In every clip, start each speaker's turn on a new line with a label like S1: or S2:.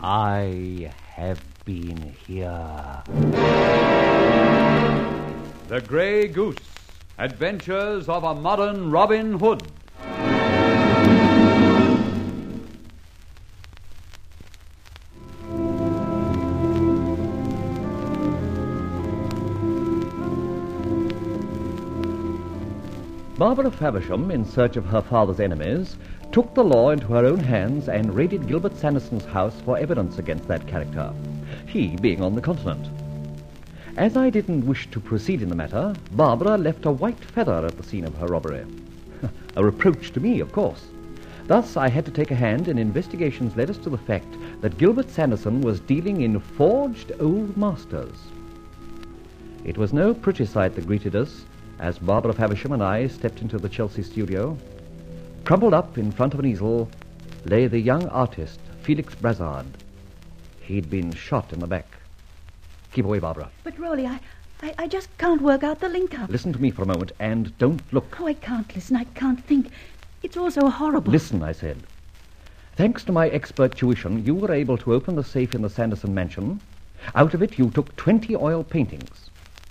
S1: I have been here.
S2: The Grey Goose Adventures of a Modern Robin Hood.
S3: Barbara Faversham, in search of her father's enemies, took the law into her own hands and raided Gilbert Sanderson's house for evidence against that character, he being on the continent. As I didn't wish to proceed in the matter, Barbara left a white feather at the scene of her robbery. a reproach to me, of course. Thus, I had to take a hand in investigations led us to the fact that Gilbert Sanderson was dealing in forged old masters. It was no pretty sight that greeted us as Barbara Faversham and I stepped into the Chelsea studio. Crumpled up in front of an easel lay the young artist, Felix Brazard. He'd been shot in the back. Keep away, Barbara.
S4: But, Rolly, I, I, I just can't work out the link up.
S3: Listen to me for a moment and don't look.
S4: Oh, I can't listen. I can't think. It's all so horrible.
S3: Listen, I said. Thanks to my expert tuition, you were able to open the safe in the Sanderson mansion. Out of it, you took 20 oil paintings.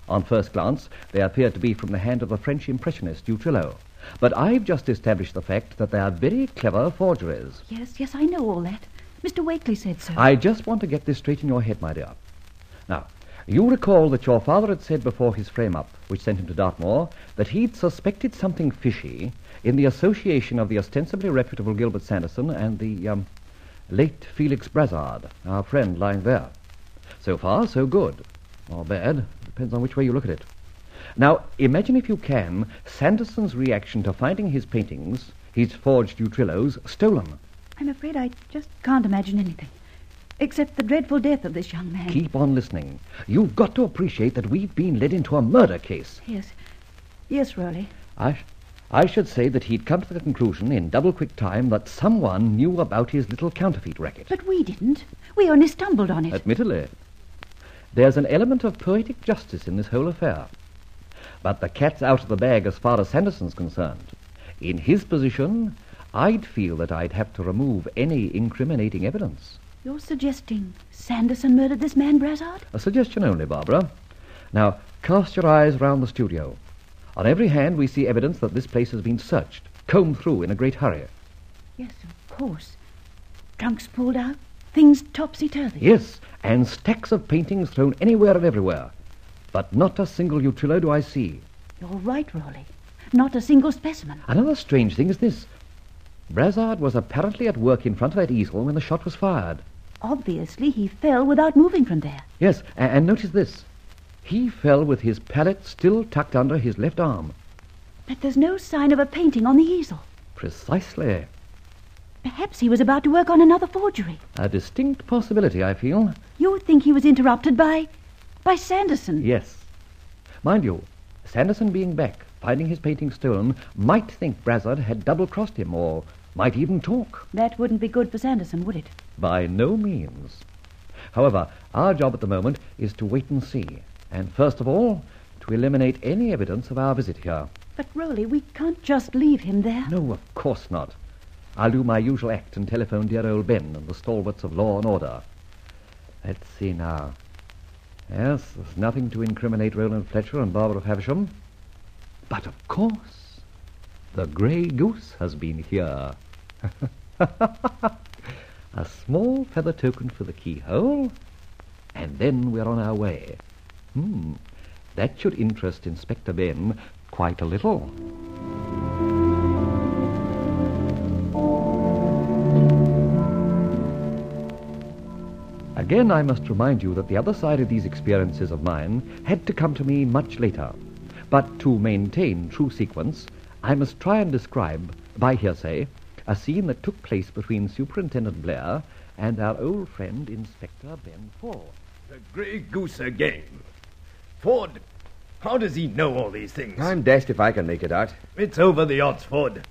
S3: On first glance, they appeared to be from the hand of the French impressionist Dutrillo. But I've just established the fact that they are very clever forgeries.
S4: Yes, yes, I know all that. Mr. Wakely said so.
S3: I just want to get this straight in your head, my dear. Now, you recall that your father had said before his frame up, which sent him to Dartmoor, that he'd suspected something fishy in the association of the ostensibly reputable Gilbert Sanderson and the um, late Felix Brazard, our friend lying there. So far, so good. Or bad, depends on which way you look at it. Now, imagine if you can Sanderson's reaction to finding his paintings, his forged utrillos, stolen.
S4: I'm afraid I just can't imagine anything. Except the dreadful death of this young man.
S3: Keep on listening. You've got to appreciate that we've been led into a murder case.
S4: Yes. Yes, Rowley.
S3: I, sh- I should say that he'd come to the conclusion in double quick time that someone knew about his little counterfeit racket.
S4: But we didn't. We only stumbled on it.
S3: Admittedly. There's an element of poetic justice in this whole affair. But the cat's out of the bag as far as Sanderson's concerned. In his position, I'd feel that I'd have to remove any incriminating evidence.
S4: You're suggesting Sanderson murdered this man, Brassard?
S3: A suggestion only, Barbara. Now, cast your eyes round the studio. On every hand, we see evidence that this place has been searched, combed through in a great hurry.
S4: Yes, of course. Trunks pulled out, things topsy-turvy.
S3: Yes, and stacks of paintings thrown anywhere and everywhere. But not a single utrillo do I see.
S4: You're right, Raleigh. Not a single specimen.
S3: Another strange thing is this. Brazard was apparently at work in front of that easel when the shot was fired.
S4: Obviously, he fell without moving from there.
S3: Yes, a- and, notice this. He fell with his palette still tucked under his left arm.
S4: But there's no sign of a painting on the easel.
S3: Precisely.
S4: Perhaps he was about to work on another forgery.
S3: A distinct possibility, I feel.
S4: You think he was interrupted by. by Sanderson?
S3: Yes. Mind you, Sanderson being back, finding his painting stolen, might think Brazard had double crossed him or might even talk.
S4: That wouldn't be good for Sanderson, would it?
S3: By no means. However, our job at the moment is to wait and see. And first of all, to eliminate any evidence of our visit here.
S4: But, Rowley, we can't just leave him there.
S3: No, of course not. I'll do my usual act and telephone dear old Ben and the stalwarts of law and order. Let's see now. Yes, there's nothing to incriminate Roland Fletcher and Barbara Havisham. But of course, the grey goose has been here. a small feather token for the keyhole, and then we're on our way. Hmm, that should interest Inspector Ben quite a little. Again, I must remind you that the other side of these experiences of mine had to come to me much later. But to maintain true sequence, I must try and describe, by hearsay, a scene that took place between Superintendent Blair and our old friend Inspector Ben Ford.
S5: The Grey Goose again. Ford, how does he know all these things?
S6: I'm dashed if I can make it out.
S5: It's over the odds, Ford.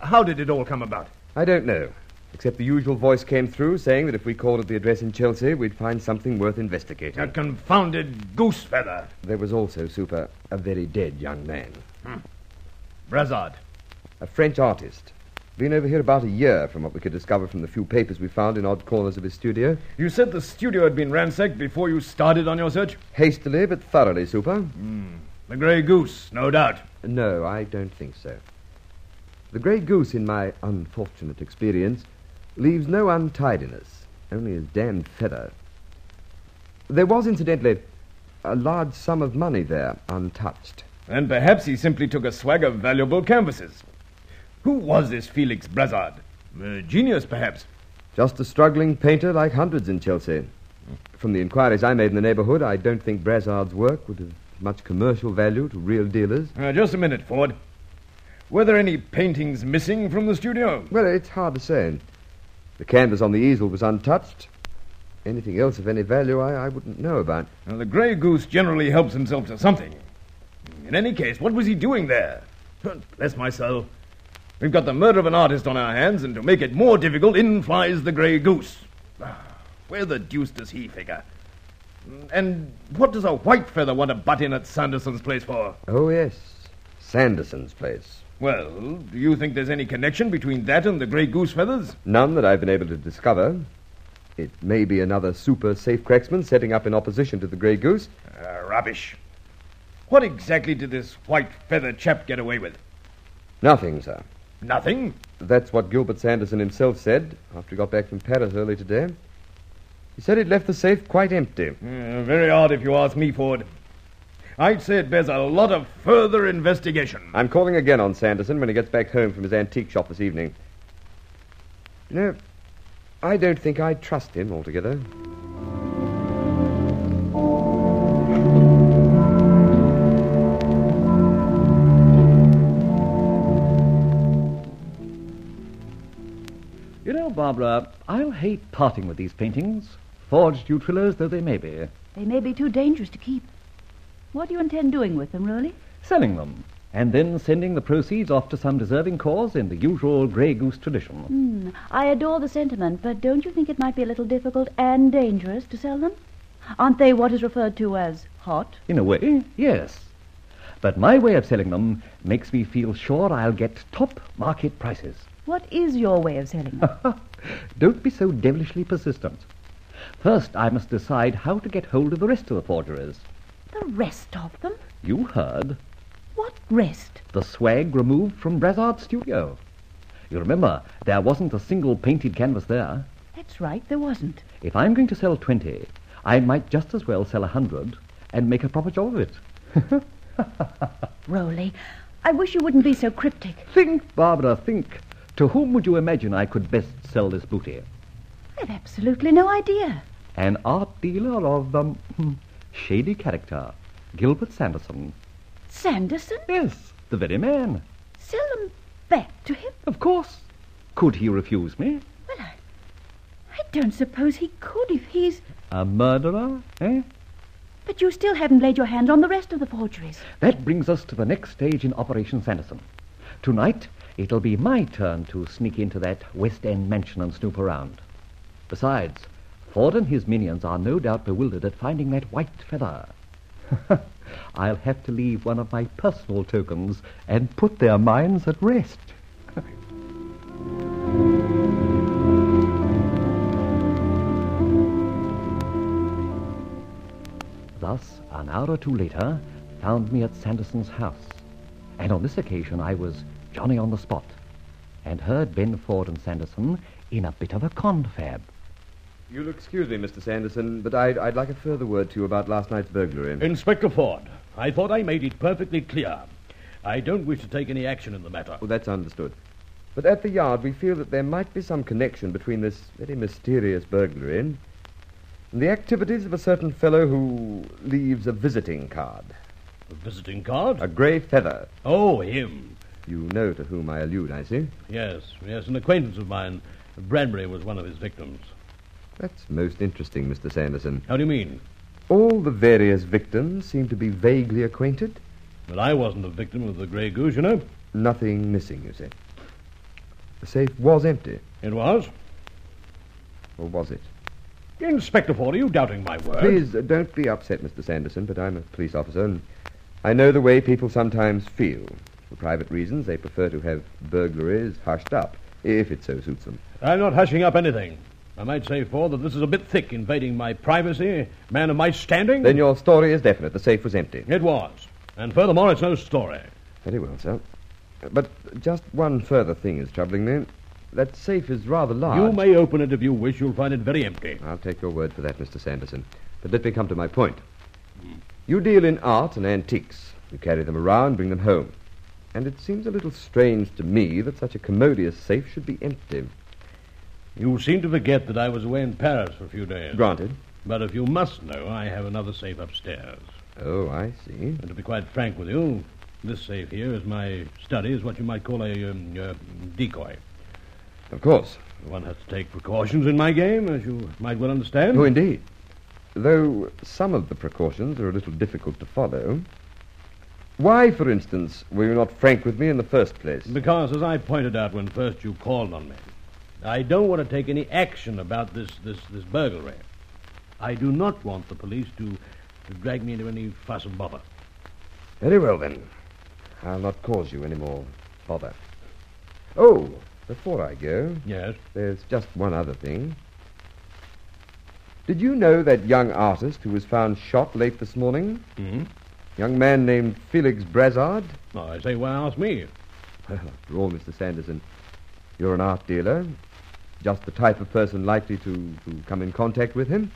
S5: How did it all come about?
S6: I don't know. Except the usual voice came through saying that if we called at the address in Chelsea, we'd find something worth investigating.
S5: A confounded goose feather.
S6: There was also, Super, a very dead young man.
S5: Brazard.
S6: A French artist. Been over here about a year, from what we could discover from the few papers we found in odd corners of his studio.
S5: You said the studio had been ransacked before you started on your search?
S6: Hastily, but thoroughly, Super.
S5: The grey goose, no doubt.
S6: No, I don't think so. The grey goose, in my unfortunate experience, leaves no untidiness, only his damned feather. There was, incidentally, a large sum of money there, untouched.
S5: And perhaps he simply took a swag of valuable canvases. Who was this Felix Brazard? A genius, perhaps.
S6: Just a struggling painter like hundreds in Chelsea. From the inquiries I made in the neighborhood, I don't think Brazard's work would have much commercial value to real dealers.
S5: Uh, just a minute, Ford. Were there any paintings missing from the studio?
S6: Well, it's hard to say. The canvas on the easel was untouched. Anything else of any value I, I wouldn't know about.
S5: Now, the grey goose generally helps himself to something. In any case, what was he doing there? Bless my soul. We've got the murder of an artist on our hands, and to make it more difficult, in flies the grey goose. Ah, Where the deuce does he figure? Mm, And what does a white feather want to butt in at Sanderson's place for?
S6: Oh, yes. Sanderson's place.
S5: Well, do you think there's any connection between that and the grey goose feathers?
S6: None that I've been able to discover. It may be another super safe cracksman setting up in opposition to the Grey Goose.
S5: Ah, rubbish. What exactly did this white feather chap get away with?
S6: Nothing, sir.
S5: Nothing?
S6: That's what Gilbert Sanderson himself said after he got back from Paris early today. He said he'd left the safe quite empty.
S5: Uh, very odd if you ask me, Ford. I'd say it bears a lot of further investigation.
S6: I'm calling again on Sanderson when he gets back home from his antique shop this evening. You know, I don't think I trust him altogether.
S3: You know, Barbara, I'll hate parting with these paintings, forged utrillas though they may be.
S4: They may be too dangerous to keep. What do you intend doing with them, really?
S3: Selling them, and then sending the proceeds off to some deserving cause in the usual grey goose tradition.
S4: Hmm. I adore the sentiment, but don't you think it might be a little difficult and dangerous to sell them? Aren't they what is referred to as hot?
S3: In a way, yes. But my way of selling them makes me feel sure I'll get top market prices.
S4: What is your way of selling them?
S3: Don't be so devilishly persistent. First, I must decide how to get hold of the rest of the forgeries.
S4: the rest of them?
S3: You heard.
S4: What rest?
S3: The swag removed from Brazard's studio. You remember, there wasn't a single painted canvas there.
S4: That's right, there wasn't.
S3: If I'm going to sell 20, I might just as well sell a 100 and make a proper job of it.
S4: Rowley, I wish you wouldn't be so cryptic.
S3: Think, Barbara, think. To whom would you imagine I could best sell this booty?
S4: I've absolutely no idea.
S3: An art dealer of um, shady character, Gilbert Sanderson.
S4: Sanderson?
S3: Yes, the very man.
S4: Sell them back to him?
S3: Of course. Could he refuse me?
S4: Well, I, I don't suppose he could if he's.
S3: A murderer, eh?
S4: But you still haven't laid your hand on the rest of the forgeries.
S3: That brings us to the next stage in Operation Sanderson. Tonight, it'll be my turn to sneak into that West End mansion and snoop around. Besides, Ford and his minions are no doubt bewildered at finding that white feather. I'll have to leave one of my personal tokens and put their minds at rest. Thus, an hour or two later, found me at Sanderson's house. And on this occasion, I was Johnny on the spot and heard Ben Ford and Sanderson in a bit of a confab.
S6: You'll excuse me, Mr. Sanderson, but I'd, I'd like a further word to you about last night's burglary.
S7: Inspector Ford, I thought I made it perfectly clear. I don't wish to take any action in the matter.
S6: Well, Oh, that's understood. But at the yard, we feel that there might be some connection between this very mysterious burglary and the activities of a certain fellow who leaves a visiting card,
S7: A visiting card?
S6: a grey feather.
S7: Oh, him.
S6: You know to whom I allude, I see.
S7: Yes, yes, an acquaintance of mine. Bradbury was one of his victims.
S6: That's most interesting, Mr. Sanderson.
S7: How do you mean?
S6: All the various victims seem to be vaguely acquainted.
S7: Well, I wasn't a victim of the Grey Goose, you know.
S6: Nothing missing, you say. The safe was empty,
S7: It was.
S6: or was it?
S7: Inspector Ford, are you doubting my word?
S6: Please uh, don't be upset, Mr. Sanderson, but I'm a police officer, and I know the way people sometimes feel. For private reasons, they prefer to have burglaries hushed up, if it so suits them.
S7: I'm not hushing up anything. I might say, Ford, that this is a bit thick, invading my privacy, man of my standing.
S6: Then your story is definite. The safe was empty.
S7: It was. And furthermore, it's no story.
S6: Very well, sir. But just one further thing is troubling me. That safe is rather large.
S7: You may open it if you wish. You'll find it very empty.
S6: I'll take your word for that, Mr. Sanderson. But let me come to my point. You deal in art and antiques. You carry them around, bring them home. And it seems a little strange to me that such a commodious safe should be empty.
S7: You seem to forget that I was away in Paris for a few days.
S6: Granted.
S7: But if you must know, I have another safe upstairs.
S6: Oh, I see.
S7: And to be quite frank with you, this safe here is my study, is what you might call a um, uh, decoy.
S6: Of course.
S7: One has to take precautions in my game, as you might well understand.
S6: Oh, indeed. Though some of the precautions are a little difficult to follow. Why, for instance, were you not frank with me in the first place?
S7: Because, as I pointed out when first you called on me, I don't want to take any action about this, this, this burglary. I do not want the police to, to drag me into any fuss and bother.
S6: Very well, then. I'll not cause you any more bother. Oh, before I go,
S7: Yes.
S6: there's just one other thing. Did you know that young artist who was found shot late this morning?
S7: Hmm?
S6: Young man named Felix Brazard?
S7: Well, Oh, I say, why ask me?
S6: Well, after all, Mr. Sanderson, you're an art dealer. Just the type of person likely to, to come in contact with him.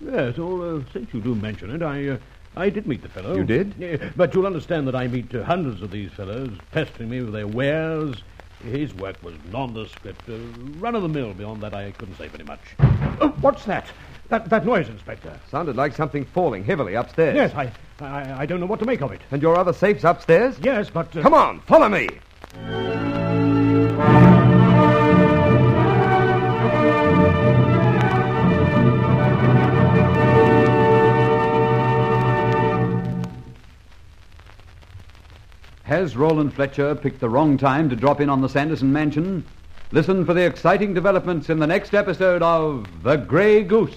S7: Yes, all, uh, since you do mention it, I, uh, I did meet the fellow.
S6: You did?
S7: Yeah, but you'll understand that I meet uh, hundreds of these fellows pestering me with their wares. His work was nondescript, uh, run of the mill. Beyond that, I couldn't say very much. Oh, what's that? That that noise, Inspector.
S6: Sounded like something falling heavily upstairs.
S7: Yes, I, I, I don't know what to make of it.
S6: And your other safe's upstairs?
S7: Yes, but uh,
S6: Come on, follow me.
S2: Has Roland Fletcher picked the wrong time to drop in on the Sanderson mansion? Listen for the exciting developments in the next episode of The Grey Goose.